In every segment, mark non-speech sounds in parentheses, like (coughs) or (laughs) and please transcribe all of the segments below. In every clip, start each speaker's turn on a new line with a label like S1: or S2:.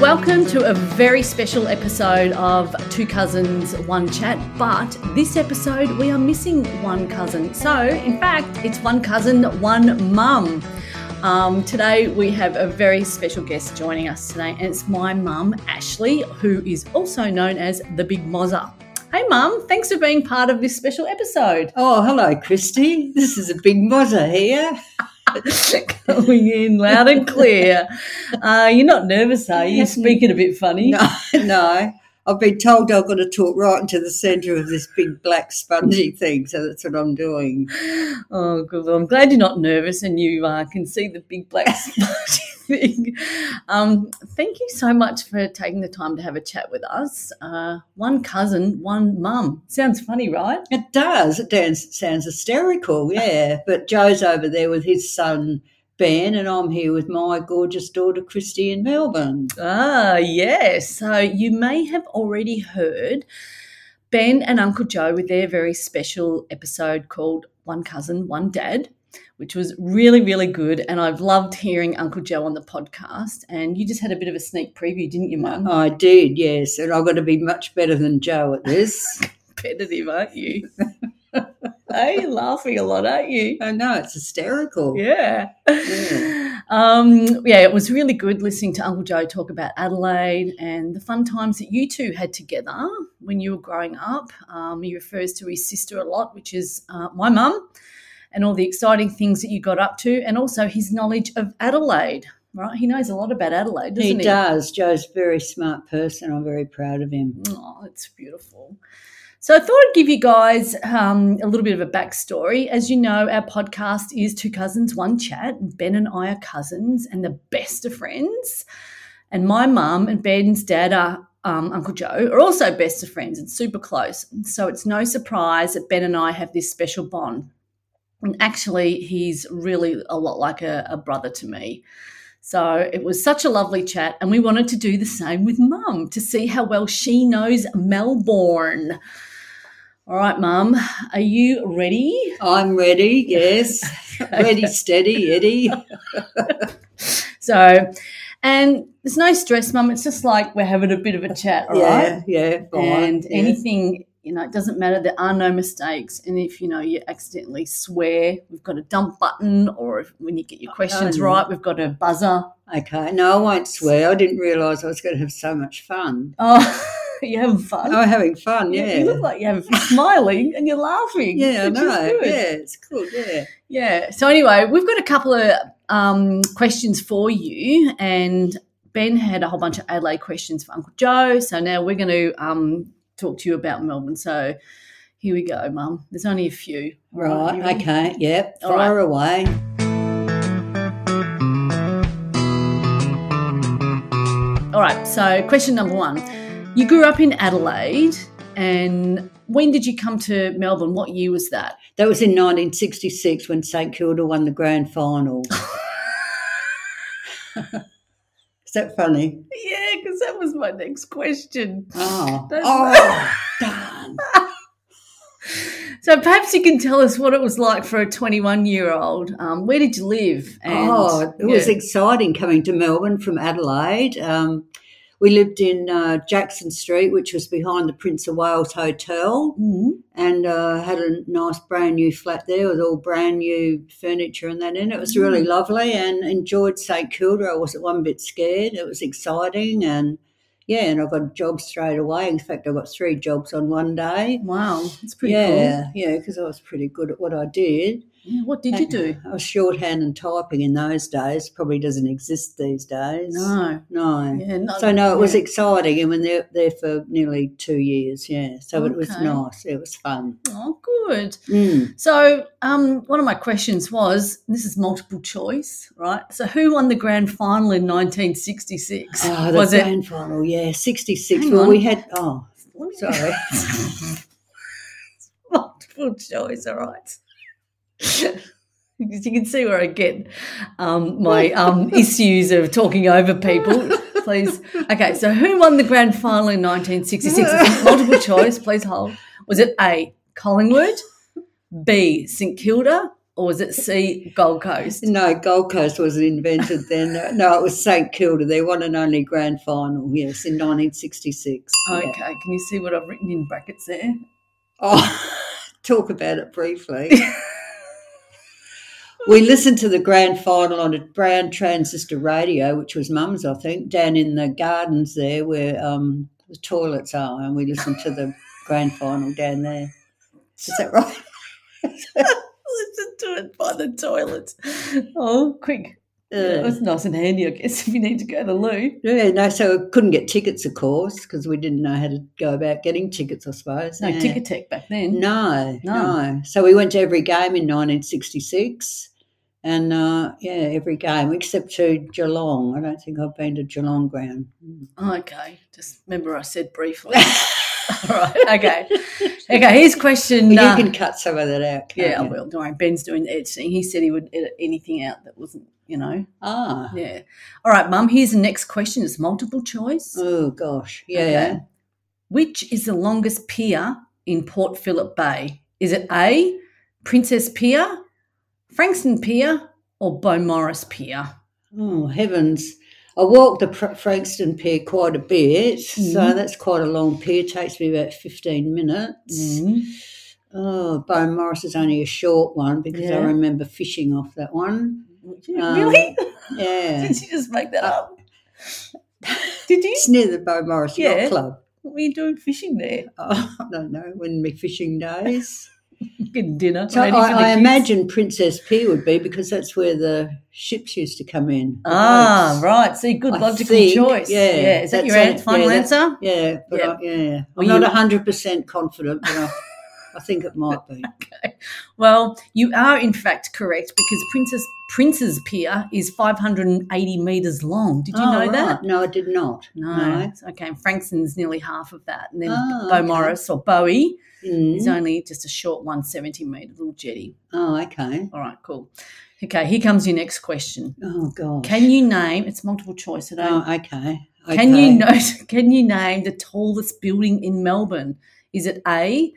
S1: Welcome to a very special episode of Two Cousins One Chat, but this episode we are missing one cousin. So, in fact, it's one cousin, one mum. Um, today we have a very special guest joining us today, and it's my mum, Ashley, who is also known as the Big Mozza. Hey, mum, thanks for being part of this special episode. (laughs)
S2: Oh, hello, Christy. This is a big mozza here. (laughs)
S1: Going in loud and clear. Uh, you're not nervous, are you? You're speaking a bit funny.
S2: No, no. I've been told I've got to talk right into the centre of this big black spongy thing, so that's what I'm doing.
S1: Oh, good. Well, I'm glad you're not nervous and you uh, can see the big black spongy thing. Um, thank you so much for taking the time to have a chat with us. Uh, one cousin, one mum. Sounds funny, right?
S2: It does. It dance, sounds hysterical, yeah. But Joe's over there with his son Ben, and I'm here with my gorgeous daughter Christy in Melbourne.
S1: Ah, yes. So you may have already heard Ben and Uncle Joe with their very special episode called One Cousin, One Dad, which was really, really good. And I've loved hearing Uncle Joe on the podcast. And you just had a bit of a sneak preview, didn't you, Mum?
S2: I did, yes, and I've got to be much better than Joe at this. (laughs)
S1: Competitive, aren't you? (laughs) hey, you're laughing a lot, aren't you?
S2: I know, Oh, it's hysterical.
S1: Yeah.
S2: Yeah.
S1: Um, yeah, it was really good listening to Uncle Joe talk about Adelaide and the fun times that you two had together when you were growing up. Um, he refers to his sister a lot, which is uh, my mum, and all the exciting things that you got up to, and also his knowledge of Adelaide. Right, he knows a lot about Adelaide, doesn't
S2: He
S1: he?
S2: does. Joe's a very smart person. I'm very proud of him.
S1: Oh, it's beautiful. So I thought I'd give you guys um, a little bit of a backstory. As you know, our podcast is Two Cousins, One Chat. and Ben and I are cousins and the best of friends. And my mum and Ben's dad are um, Uncle Joe are also best of friends and super close. So it's no surprise that Ben and I have this special bond. And actually, he's really a lot like a, a brother to me. So it was such a lovely chat, and we wanted to do the same with Mum to see how well she knows Melbourne. All right, Mum, are you ready?
S2: I'm ready,
S1: (laughs)
S2: yes. ready, steady, Eddie.
S1: So, and there's no stress, Mum. It's just like we're having a bit of a chat, all right?
S2: yeah, yeah, fine.
S1: and
S2: yeah.
S1: anything you know it doesn't matter there are no mistakes and if you know you accidentally swear we've got a dump button or if, when you get your questions
S2: Oh, no.
S1: right we've got a buzzer
S2: Okay, no, I won't swear. I didn't realise I was going to have so much fun.
S1: oh (laughs) you're having fun
S2: Oh, having fun,
S1: You-
S2: yeah.
S1: you look like you're having, you're smiling and you're laughing
S2: yeah, I
S1: which is
S2: know.
S1: good.
S2: Yeah, it's cool, yeah.
S1: Yeah. So anyway, we've got a couple of um, questions for you, and Ben had a whole bunch of Adelaide questions for Uncle Joe. So now we're going to um, talk to you about Melbourne. So here we go, Mum. There's only a few. Are you
S2: Right,
S1: ready?
S2: okay, yep,
S1: All right.
S2: fire away.
S1: All right. So question number one: You grew up in Adelaide, and when did you come to Melbourne? What year was that?
S2: That was in 1966 when St Kilda won the
S1: (laughs)
S2: grand final. (laughs) Is that funny?
S1: Yeah, because that was my next question.
S2: Oh,
S1: That's-
S2: oh darn.
S1: So perhaps you can tell us what it was like for a 21 year old. Um, where did you live?
S2: oh, it was
S1: yeah.
S2: exciting coming to Melbourne from Adelaide. Um, we lived in uh, Jackson Street, which was behind the Prince of Wales Hotel,
S1: Mhm.
S2: and uh, had a nice brand new flat there with all brand new furniture and that in it. It was
S1: Mm.
S2: really lovely and enjoyed St Kilda. I wasn't one bit scared. It was exciting and yeah, and I got a job straight away. In fact, I got three jobs on one day.
S1: Wow, that's pretty cool.
S2: yeah, yeah, because I was pretty good at what I did.
S1: Yeah, what did you do?
S2: I was shorthand and typing in those days. Probably doesn't exist these days.
S1: No.
S2: No.
S1: Yeah, no
S2: So no, it was
S1: yeah.
S2: exciting, and when there there for nearly two years, yeah. So it was
S1: Okay.
S2: nice. It was fun.
S1: Oh, good.
S2: Mm.
S1: So, um, one of my questions was this is multiple choice, right? So, who won the grand final in 1966?
S2: Oh, the
S1: was it?
S2: grand final, yeah, sixty six.
S1: Hang
S2: Well,
S1: on.
S2: we had oh,
S1: Let me-
S2: sorry, (laughs)
S1: (laughs) multiple choice, all right. Because you can see where I get um, my um, issues of talking over people. Please. Okay, so who won the grand final in 1966? This is multiple choice, please hold. Was it A, Collingwood, B, St Kilda, or was it C Gold Coast?
S2: No, Gold Coast wasn't invented then. no, it was St Kilda, their one and only grand final, yes, in 1966. Yeah.
S1: Okay, can you see what I've written in brackets there?
S2: Oh, (laughs) talk about it briefly. (laughs) we listened to the grand final on a brown transistor radio, which was mum's, I think, down in the gardens there where um, the toilets are, and we listened to the grand final down there. Is that right?
S1: Listen to it by the toilets. Oh, quick. It was nice and handy, I guess, if you need to go to the loo.
S2: Yeah, no, so we couldn't get tickets, of course, because we didn't know how to go about getting tickets, I suppose.
S1: No
S2: Yeah.
S1: ticket tech back then.
S2: No,
S1: No.
S2: no, So we went to every game in 1966, and uh, yeah, every game except to Geelong. I don't think I've been to Geelong ground.
S1: Mm. Oh, Okay, just remember I said
S2: (laughs)
S1: briefly. All right, okay. Okay, here's question. uh,
S2: You can cut some of that out. Can't
S1: yeah, I
S2: you?
S1: will. Don't worry. Ben's doing the editing. He said he would edit anything out that wasn't, you know.
S2: Ah,
S1: Yeah. All right, Mum, here's the next question. It's multiple choice.
S2: oh gosh, yeah.
S1: Okay. Which is the longest pier in Port Phillip Bay? Is it A, Princess Pier, Frankston Pier, or Beaumaris Pier?
S2: Oh heavens! I walked the Pr- Frankston Pier quite a bit, so
S1: Mm.
S2: that's quite a long pier. Takes me about fifteen minutes.
S1: Mm-hmm.
S2: Mm. Oh, Bone Morris is only a short one because I
S1: Yeah.
S2: remember fishing off
S1: (gasps)
S2: that one. Um,
S1: Mm. really?
S2: Yeah.
S1: Did you just make that (laughs) up? Did you?
S2: It's near the Bow Morris
S1: Yeah.
S2: Yacht Club.
S1: What were you doing fishing there?
S2: Oh, I don't know, when my fishing days.
S1: Getting dinner.
S2: So I,
S1: ready for the
S2: I
S1: kids.
S2: imagine Princess Pier would be because that's where the ships used to come in. the
S1: Ah,
S2: boats.
S1: right. See, good
S2: I
S1: logical
S2: think,
S1: choice.
S2: yeah,
S1: Is that
S2: that's
S1: your
S2: it.
S1: an- final
S2: Yeah, that-
S1: answer?
S2: Yeah, but
S1: Yeah.
S2: I, yeah.
S1: Were
S2: I'm
S1: you-
S2: not 100% confident, but I, I think it might
S1: (laughs)
S2: be.
S1: Well, you are in fact correct because Princess Prince's Pier is 580 meters long. Did you
S2: Oh,
S1: know
S2: right.
S1: that?
S2: No, I did not.
S1: No.
S2: No.
S1: Okay, and Frankston's nearly half of that, and then
S2: Oh,
S1: Beau
S2: okay.
S1: Morris or Bowie
S2: Mm.
S1: is only just a short 170 meter little jetty.
S2: Oh, okay.
S1: All right, cool. Okay, here comes your next question.
S2: Oh, God.
S1: Can you name? It's multiple choice. I don't.
S2: Oh, okay.
S1: Can you
S2: Okay.
S1: note? (laughs) Can you name the tallest building in Melbourne? Is it A,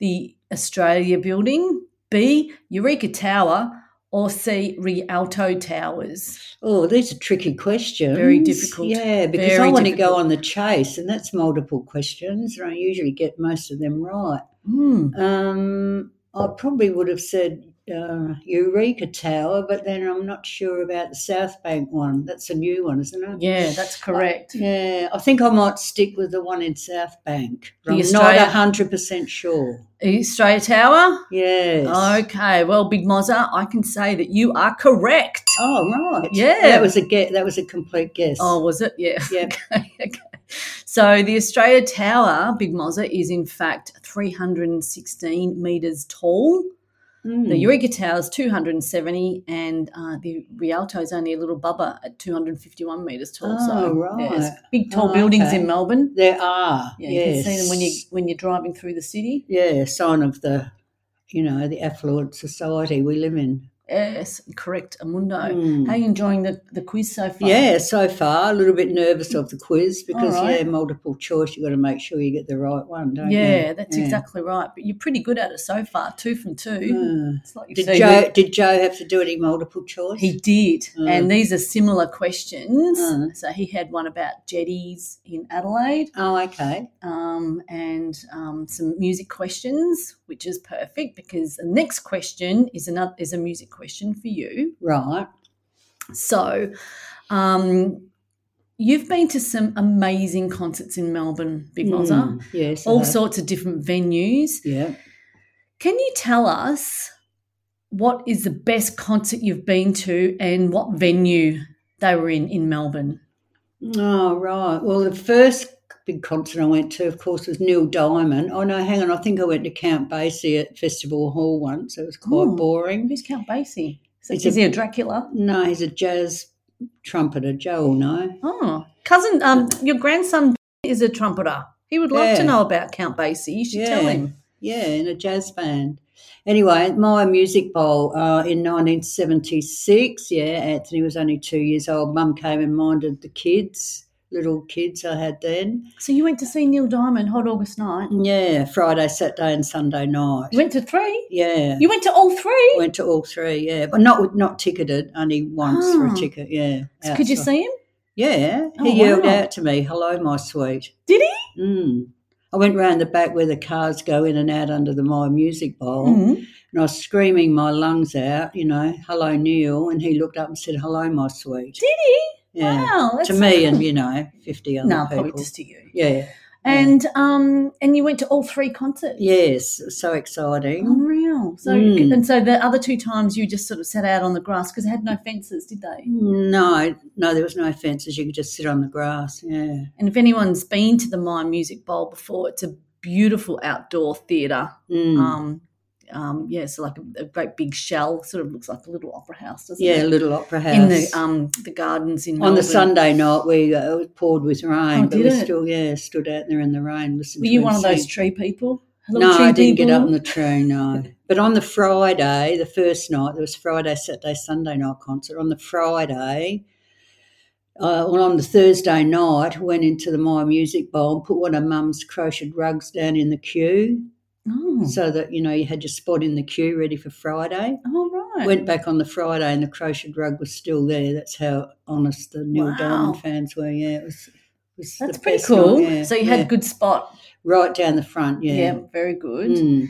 S1: the Australia Building, B, Eureka Tower, or C, Rialto Towers?
S2: Oh, these are tricky questions.
S1: Very difficult.
S2: Yeah, because
S1: Very
S2: I want to go
S1: difficult.
S2: on the chase, and that's multiple questions, and I usually get most of them right.
S1: Hmm.
S2: Um, I probably would have said uh, Eureka Tower, but then I'm not sure about the South Bank one. That's a new one, isn't it?
S1: Yeah, that's correct.
S2: Yeah, I think I might stick with the one in South Bank.
S1: The
S2: I'm
S1: Australia-
S2: not hundred percent sure.
S1: Australia Tower.
S2: Yes.
S1: Oh, Okay. Well, Big Mozza, I can say that you are correct.
S2: Oh right.
S1: Yeah.
S2: That was a get. That was a complete guess.
S1: Oh, was it? Yeah. (laughs)
S2: Yep.
S1: okay, okay. So the Australia Tower, Big Mozza, is in fact 316 metres tall.
S2: Mm.
S1: The Eureka Tower's 270, and uh, the Rialto's only a little bubba at 251 metres tall. so
S2: Oh,
S1: yeah, it's
S2: right.
S1: big tall
S2: Oh,
S1: buildings
S2: okay.
S1: in Melbourne.
S2: There are.
S1: Yeah, you
S2: yes.
S1: can see them when you when you're driving through the city.
S2: Yeah, sign of the, you know, the affluent society we live in.
S1: Yes, correct, Amundo.
S2: Mm.
S1: How are you enjoying the, the quiz so far? Mm.
S2: Yeah, so far a little bit nervous of the quiz because
S1: right.
S2: yeah, multiple choice. You've got to make sure you get the right one, don't you?
S1: Yeah, that's
S2: Yeah.
S1: exactly right. But you're pretty good at it so far. Two from two.
S2: Mm.
S1: It's like you've
S2: Did
S1: seen
S2: Joe?
S1: it.
S2: Did Joe have to do any multiple choice?
S1: He did.
S2: Mm.
S1: And these are similar questions.
S2: Mm.
S1: So he had one about jetties in Adelaide
S2: Oh, okay.
S1: um, and um, some music questions, which is perfect because the next question is, another, is a music question for you.
S2: Right.
S1: So um, you've been to some amazing concerts in Melbourne, Big Mozza,
S2: Mm, Yes. I
S1: all
S2: have.
S1: sorts of different venues.
S2: Yeah.
S1: Can you tell us what is the best concert you've been to and what venue they were in in Melbourne?
S2: Oh, right. Well, the first big concert I went to, of course, was Neil Diamond. Oh, no, hang on. I think I went to Count Basie at Festival Hall once. It was quite
S1: Ooh.
S2: boring.
S1: Who's Count Basie? Is,
S2: It's
S1: is
S2: a-
S1: he a Dracula?
S2: No, he's a jazz trumpeter. Joe will know.
S1: Oh, cousin, um, your grandson is a trumpeter. He would love to
S2: Yeah.
S1: know about Count Basie. You should tell
S2: Yeah.
S1: him.
S2: Yeah, in a jazz band. Anyway, my music bowl uh, in 1976. Yeah, Anthony was only two years old. Mum came and minded the kids. little kids I had then.
S1: So you went to see Neil Diamond Hot August Night.
S2: Yeah, Friday, Saturday, and Sunday night.
S1: You went to three.
S2: Yeah,
S1: You went to all three.
S2: went to all three. Yeah, but not not ticketed. Only once for
S1: Ah.
S2: a ticket. Yeah.
S1: So Could you
S2: outside.
S1: see him?
S2: Yeah,
S1: Oh,
S2: he yelled
S1: wow.
S2: out to me, "Hello, my sweet."
S1: Did
S2: he? Mm. I went round the back where the cars go in and out under the My Music Bowl,
S1: Mm.
S2: and I was screaming my lungs out, you know, "Hello, Neil!" And he looked up and said, "Hello, my sweet."
S1: Did he?
S2: yeah,
S1: Wow. that's
S2: to me and you know, fifty
S1: (laughs)
S2: other
S1: no, probably
S2: people.
S1: just to you.
S2: Yeah,
S1: And um, and you went to all three concerts.
S2: yes, it was so
S1: Oh.
S2: exciting.
S1: Unreal. So
S2: Mm.
S1: and so the other two times you just sort of sat out on the grass because they had no fences, did they?
S2: No, no, there was no fences. You could just sit on the grass. Yeah,
S1: And if anyone's been to the My Music Bowl before, it's a beautiful outdoor theatre.
S2: Mm.
S1: Um, um, yeah, so like a, a great big shell, sort of looks like a little opera house, doesn't
S2: yeah,
S1: it?
S2: little opera house
S1: In the um the gardens in
S2: On the
S1: Melbourne.
S2: Sunday night, we uh, it was poured with rain,
S1: Oh,
S2: but
S1: did
S2: we
S1: it?
S2: still yeah stood out there in the rain. Listening
S1: Were
S2: to
S1: you
S2: him
S1: one of those
S2: sing.
S1: tree people?
S2: no, I didn't get up on
S1: in
S2: the tree. No, but on the Friday, the first night, there was Friday, Saturday, Sunday night concert. On the Friday, uh, well, on the Thursday night, went into the My Music Bowl and put one of Mum's crocheted rugs down in the queue,
S1: Oh,
S2: so that you know you had your spot in the queue ready for Friday.
S1: all right.
S2: Went back on the Friday and the crocheted rug was still there. That's how honest the Neil
S1: Wow.
S2: Diamond fans were. Yeah, it was. it was the
S1: That's pretty
S2: best
S1: cool.
S2: night, yeah,
S1: so you had
S2: yeah.
S1: a good spot.
S2: right down the front.
S1: Yeah,
S2: Yeah.
S1: very good.
S2: Mm.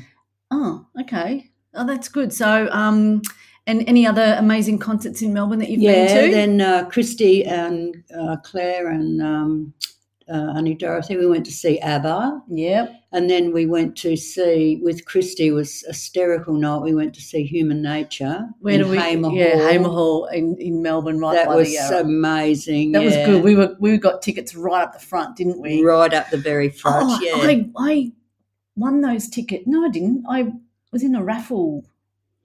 S1: Oh, okay. Oh, that's good. So, um, and any other amazing concerts in Melbourne that you've
S2: Yeah.
S1: been to?
S2: Then uh, Christy and uh, Claire and um, uh, Auntie Dorothy, we went to see ABBA,
S1: yep.
S2: and then we went to see with Christy was hysterical night. We went to see Human Nature.
S1: Where
S2: in
S1: do we?
S2: Hamer
S1: yeah,
S2: Hall.
S1: Hamer Hall in, in Melbourne, right
S2: That
S1: by
S2: was
S1: the. Uh,
S2: amazing.
S1: that was
S2: yeah.
S1: good. We were we got tickets right up the front, didn't we?
S2: right up the very front.
S1: Oh,
S2: yeah.
S1: I I won those tickets. No, I didn't. I was in a raffle.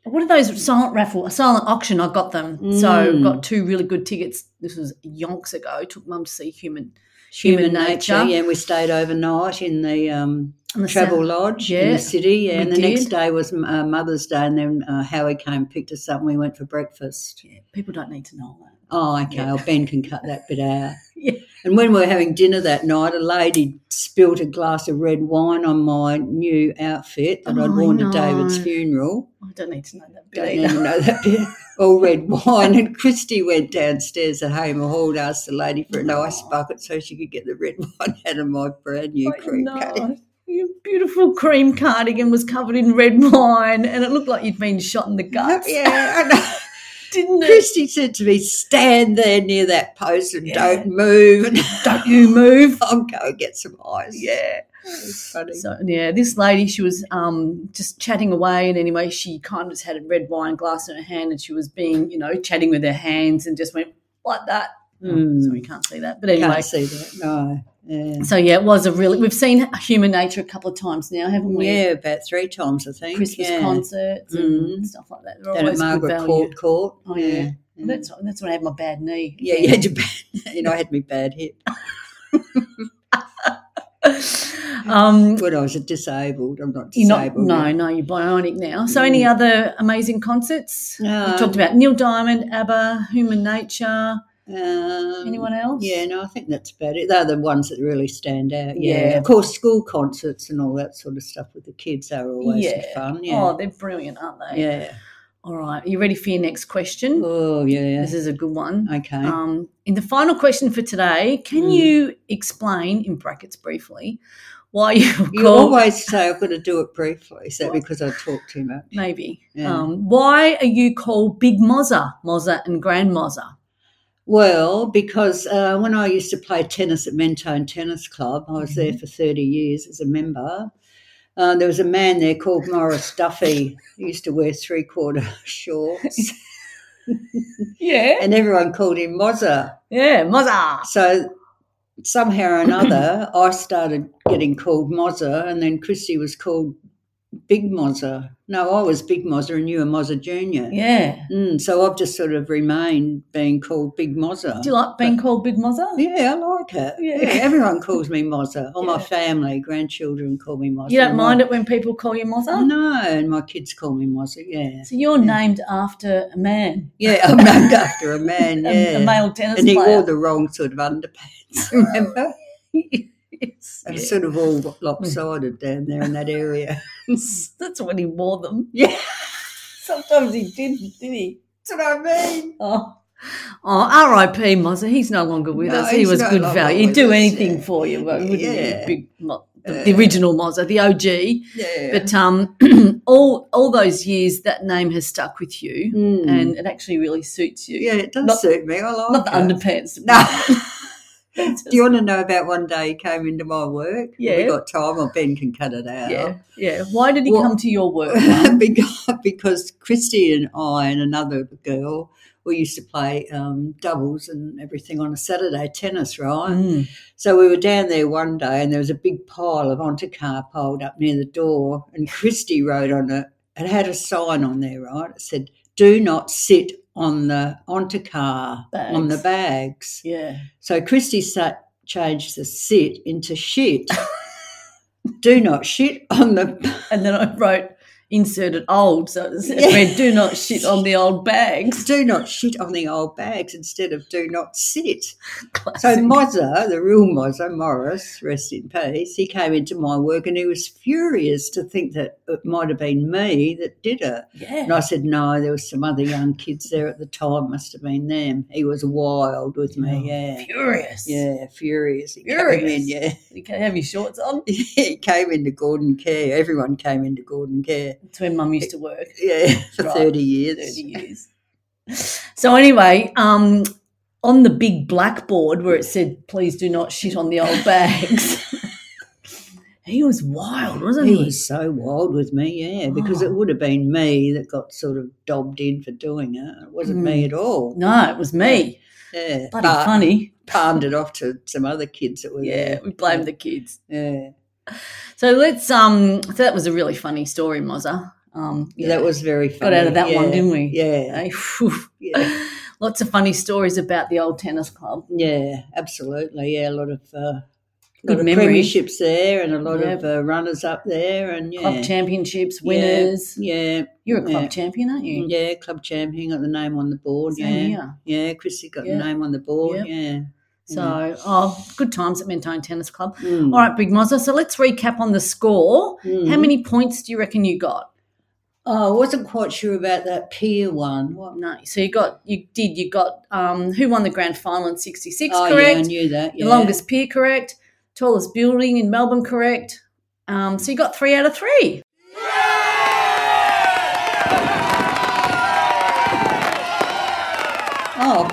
S1: What are those silent raffle, a silent auction? I got them, so
S2: Mm.
S1: got two really good tickets. This was yonks ago. Took mum to see Human
S2: human,
S1: Human
S2: nature.
S1: nature.
S2: Yeah, we stayed overnight in the um,
S1: on the
S2: travel
S1: South-
S2: lodge in
S1: Yeah,
S2: the city. Yeah,
S1: we
S2: and the next
S1: did.
S2: day was um, uh, Mother's Day, and then uh, Howie came and picked us up, and we went for breakfast.
S1: Yeah, people don't need to know that.
S2: Oh, okay.
S1: Yeah.
S2: Well, Ben can cut that bit out.
S1: (laughs) Yeah.
S2: And when we were having dinner that night, a lady spilt a glass of red wine on my new outfit that I'd
S1: Oh,
S2: worn
S1: no.
S2: to David's funeral.
S1: I don't need to know that bit (laughs)
S2: Don't
S1: either.
S2: even know that bit. All red wine. And Christy went downstairs at home and hauled asked the lady for an ice
S1: Oh.
S2: bucket so she could get the red (laughs) wine out of my brand new
S1: I (laughs)
S2: cream
S1: know.
S2: cake.
S1: Your beautiful cream cardigan was covered in red wine, and it looked like you'd been shot in the guts,
S2: (laughs) Yeah,
S1: (laughs)
S2: I know.
S1: didn't it?
S2: Christy said to me, "Stand there near that post and
S1: Yeah.
S2: don't move. And (laughs)
S1: Don't you move?
S2: I'll go and get some ice."
S1: Yeah.
S2: It was funny.
S1: So yeah, this lady, she was um, just chatting away, and anyway, she kind of just had a red wine glass in her hand, and she was being, you know, chatting with her hands, and just went like that.
S2: Mm.
S1: So we can't see that, but anyway.
S2: Can't see that. No. Yeah.
S1: So yeah, it was a really. We've seen Human Nature a couple of times now, haven't we?
S2: yeah, about three times I think.
S1: Christmas
S2: yeah.
S1: concerts and
S2: Mm.
S1: stuff like that. They're
S2: Down at
S1: always good
S2: Margaret
S1: value.
S2: Court Court.
S1: Oh, yeah.
S2: yeah.
S1: That's that's when I had my bad knee.
S2: Yeah, you had your bad, (laughs) you know, I had my bad hip
S1: um,
S2: when I was disabled. I'm not
S1: you're not,
S2: disabled.
S1: no, no, you're bionic now. So, any
S2: Mm. Um,
S1: other amazing concerts?
S2: No.
S1: We talked about Neil Diamond, ABBA, Human Nature.
S2: Um,
S1: Anyone else?
S2: Yeah, no, I think that's about it. They're the ones that really stand out. Yeah.
S1: Yeah.
S2: Of course, school concerts and all that sort of stuff with the kids are always
S1: Yeah.
S2: fun. Yeah.
S1: Oh, they're brilliant, aren't they?
S2: yeah.
S1: All right. Are you ready for your next question?
S2: Oh, yeah.
S1: This is a good one.
S2: Okay.
S1: Um, in the final question for today, can
S2: Mm.
S1: you explain, in brackets briefly, why you were
S2: you
S1: called?
S2: always say I've got to do it briefly. Is that because I talk too much?
S1: maybe.
S2: Yeah.
S1: Um, why are you called Big Mozza, Mozza and Grand Mozza?
S2: Well, because uh, when I used to play tennis at Mentone Tennis Club, I was
S1: Mm-hmm.
S2: there for 30 years as a member. Uh, there was a man there called Morris Duffy. He used to wear three quarter (laughs) shorts,
S1: Yeah.
S2: and everyone called him Mozza.
S1: Yeah, Mozza.
S2: So
S1: (coughs)
S2: somehow or another, I started getting called Mozza, and then Christy was called Big Mozza. No, I was Big Mozza and you were Mozza Junior.
S1: Yeah.
S2: Mm, so I've just sort of remained being called Big Mozza.
S1: Do you like being called Big Mozza?
S2: Yeah, I like it.
S1: Yeah.
S2: Yeah, everyone calls me
S1: (laughs)
S2: Mozza. All
S1: Yeah.
S2: my family, grandchildren call me Mozza.
S1: You don't mind it when people call you Mozza?
S2: No, and my kids call me Mozza.
S1: (laughs)
S2: Yeah,
S1: So you're named after a man,
S2: yeah. (laughs) I'm named after a man.
S1: a-
S2: Yeah,
S1: a, male tennis
S2: and he
S1: player.
S2: wore the wrong sort of
S1: (laughs)
S2: underpants. (laughs) Remember,
S1: Yes,
S2: it
S1: (laughs)
S2: was
S1: yes.
S2: sort
S1: (laughs)
S2: of
S1: Mm.
S2: all lopsided down there in that area.
S1: That's when he wore them.
S2: Yeah,
S1: (laughs) Sometimes he did, did he?
S2: that's what I mean.
S1: Oh, oh R.I.P. Mozza. He's no longer with
S2: No,
S1: us. He
S2: he's
S1: was
S2: no
S1: good
S2: longer
S1: value. He'd
S2: with
S1: do
S2: us,
S1: anything
S2: yeah.
S1: for you, but wouldn't he?
S2: Yeah.
S1: Big, Mo- the,
S2: Yeah.
S1: the original Mozza, the OG.
S2: Yeah,
S1: But um, (clears throat) all all those years, that name has stuck with you,
S2: Mm.
S1: and it actually really suits you.
S2: yeah, it does
S1: not-
S2: suit me. I like
S1: Not the
S2: it.
S1: underpants.
S2: (laughs) No.
S1: It's
S2: (laughs) Do you want to know about one day he came into my work? Have
S1: Yeah.
S2: We got time, or Ben can cut it out.
S1: Yeah, yeah. Why did he
S2: Well-
S1: come to your
S2: (laughs)
S1: work?
S2: because, because Christy and I and another girl, we used to play um, doubles and everything on a Saturday tennis, right?
S1: Mm.
S2: So we were down there one day and there was a big pile of Ontacar piled up near the door. And Christy wrote on it, it had a sign on there, right? It said, Do not sit on the Ontacar, on the
S1: Bags.
S2: bags.
S1: Yeah.
S2: So Christy sa changed the sit into shit. Do not shit on the.
S1: And then I wrote inserted old, so it said,
S2: Yeah.
S1: read, do not shit on the old bags.
S2: Do not shit on the old bags instead of do not sit. So
S1: (laughs) Classic.
S2: Mozza, the real Mozza Morris, rest in peace, he came into my work and he was furious to think that it might have been me that did it.
S1: yeah.
S2: And I said, no, there was some other young kids there at the time, must have been them. He was wild with me, yeah.
S1: Oh, Furious.
S2: Yeah, furious. He Came
S1: Furious.
S2: in, yeah. (laughs)
S1: You can't have your shorts on.
S2: he came into Gordon Care. Everyone came into Gordon Care.
S1: That's when mum used to work
S2: Yeah, for
S1: Right.
S2: 30 years.
S1: 30
S2: (laughs)
S1: years. So anyway, um, on the big blackboard where it said, please do not shit on the old bags. (laughs) he was wild, wasn't
S2: He
S1: he?
S2: was so wild with me, yeah, because
S1: Oh.
S2: it would have been me that got sort of dobbed in for doing it. It wasn't me at all.
S1: No, it was me.
S2: Yeah,
S1: Mm. Bloody (laughs)
S2: but
S1: funny.
S2: palmed it off to some other kids that were
S1: Yeah,
S2: there.
S1: we blame the kids.
S2: Yeah.
S1: So let's um so that was a really funny story, Mozza. Um yeah,
S2: that was very funny.
S1: out of that one,
S2: yeah,
S1: didn't we?
S2: Yeah,
S1: Eh? Phew.
S2: yeah,
S1: lots of funny stories about the old tennis club.
S2: yeah, absolutely. Yeah, a lot of uh,
S1: Good
S2: lot of
S1: memory.
S2: premierships there, and a lot
S1: Yeah.
S2: of uh, runners up there, and yeah,
S1: Club championships, winners.
S2: yeah,
S1: You're a club
S2: Yeah.
S1: champion, aren't you?
S2: Yeah, club champ. He got the name on the board.
S1: Same
S2: yeah,
S1: here.
S2: yeah. Chrissy got
S1: Yeah.
S2: the name on the board.
S1: So
S2: Mm.
S1: oh good times at Mentone Tennis Club.
S2: Yeah. Mm.
S1: All right, Big Mozza. So let's recap on the score.
S2: Mm.
S1: How many points do you reckon you got?
S2: Oh, I wasn't quite sure about that peer one. What?
S1: No. So you got you did you got um who won the grand final in sixty six,
S2: oh,
S1: correct?
S2: yeah, I knew that. Yeah.
S1: The longest pier, correct. Tallest building in Melbourne, correct. Um, so you got three out of three.
S2: Oh,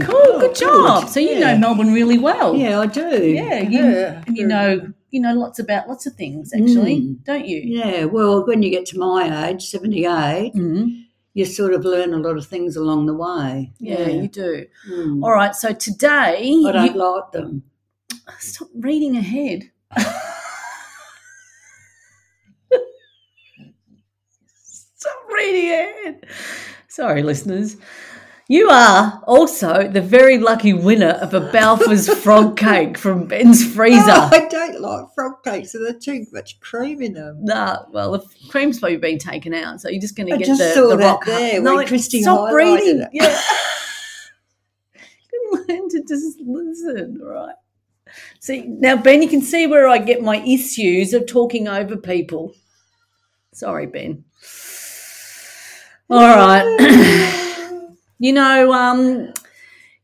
S1: Cool,
S2: Oh,
S1: good job. So you
S2: yeah.
S1: know Melbourne really well.
S2: Yeah, I do.
S1: yeah. You, and you
S2: very-
S1: know, you know lots about lots of things actually,
S2: Mm.
S1: don't you?
S2: Yeah, well, when you get to my age, 78,
S1: Mm.
S2: you sort of learn a lot of things along the way.
S1: Yeah, you do.
S2: Mm.
S1: All right. So today,
S2: I don't
S1: you,
S2: like them.
S1: stop reading ahead. stop reading ahead. Sorry, listeners. You are also the very lucky winner of a Balfour's frog cake from Ben's
S2: No,
S1: freezer.
S2: Oh, I don't like frog cakes. They're too much cream in them. (laughs)
S1: Nah, well, the cream's probably been taken out, so you're just going to
S2: I
S1: get
S2: just
S1: the,
S2: saw
S1: the
S2: that
S1: rock.
S2: there
S1: no,
S2: when
S1: it-
S2: Christy
S1: stop
S2: highlighted
S1: reading.
S2: it. (laughs)
S1: Yeah, (laughs) Good learn to just listen, right? See now, Ben, you can see where I get my issues of talking over people. Sorry, Ben. All right, (clears throat) you know, um,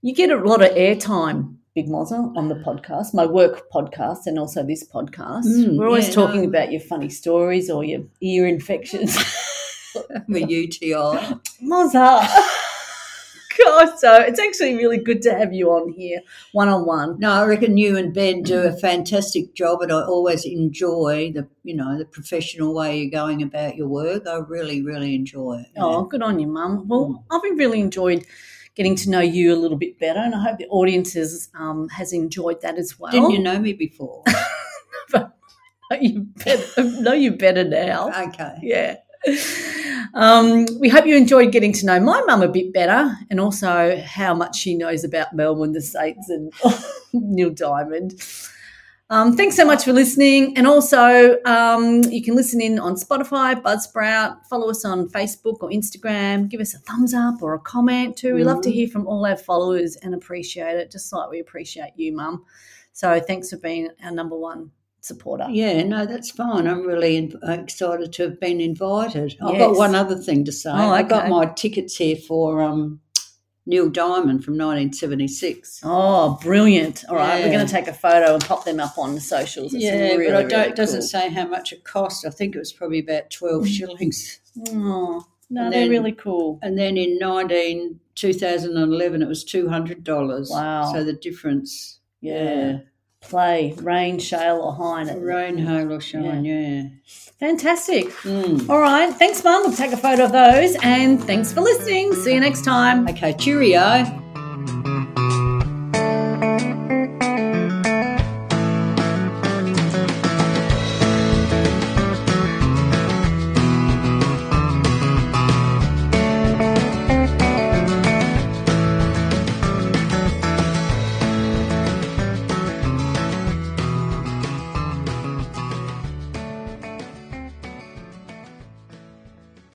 S1: you get a lot of airtime. Big Mozza on the podcast, my work podcast, and also this podcast.
S2: Mm,
S1: We're always
S2: yeah,
S1: talking
S2: no.
S1: about your funny stories or your ear infections. (laughs)
S2: I'm a UTI.
S1: Mozza. (laughs) God, so it's actually really good to have you on here one on one.
S2: No, I reckon you and Ben do a fantastic job, and I always enjoy the you know the professional way you're going about your work. I really, really enjoy it. yeah.
S1: Oh, good on you, Mum. Well, I've really enjoyed getting to know you a little bit better, and I hope the audience has, um, has enjoyed that as well.
S2: (laughs) Didn't you know me before?
S1: you better, (laughs) know you better (laughs) now.
S2: Okay.
S1: Yeah. Um, we hope you enjoyed getting to know my mum a bit better and also how much she knows about Melbourne, the States, and (laughs) Neil Diamond. Um, thanks so much for listening. And also, um, you can listen in on Spotify, Buzzsprout, follow us on Facebook or Instagram, give us a thumbs up or a comment too. We love to hear from all our followers and appreciate it, just like we appreciate you, Mum. So thanks for being our number one supporter.
S2: Yeah, no, that's fine. I'm really in- uh, excited to have been invited. I've got
S1: Yes.
S2: one other thing to say.
S1: Oh,
S2: I've got
S1: okay.
S2: my tickets here for um, Neil Diamond from 1976.
S1: Oh, brilliant. All right, we're
S2: Yeah.
S1: going to take a photo and pop them up on the socials. It's
S2: yeah,
S1: really,
S2: but I don't.
S1: really
S2: It doesn't
S1: cool.
S2: say how much it cost. I think it was probably about twelve shillings.
S1: Oh, no,
S2: And
S1: they're
S2: then-
S1: really cool.
S2: And then in 19, 2011, it was two hundred dollars.
S1: Wow.
S2: So the difference.
S1: Yeah. Play, rain, shale, or hine.
S2: Rain, hail, or shine. Yeah.
S1: Fantastic.
S2: Mm.
S1: All right. Thanks, Mum. We'll take a photo of those. And thanks for listening. See you next time.
S2: Okay. Cheerio.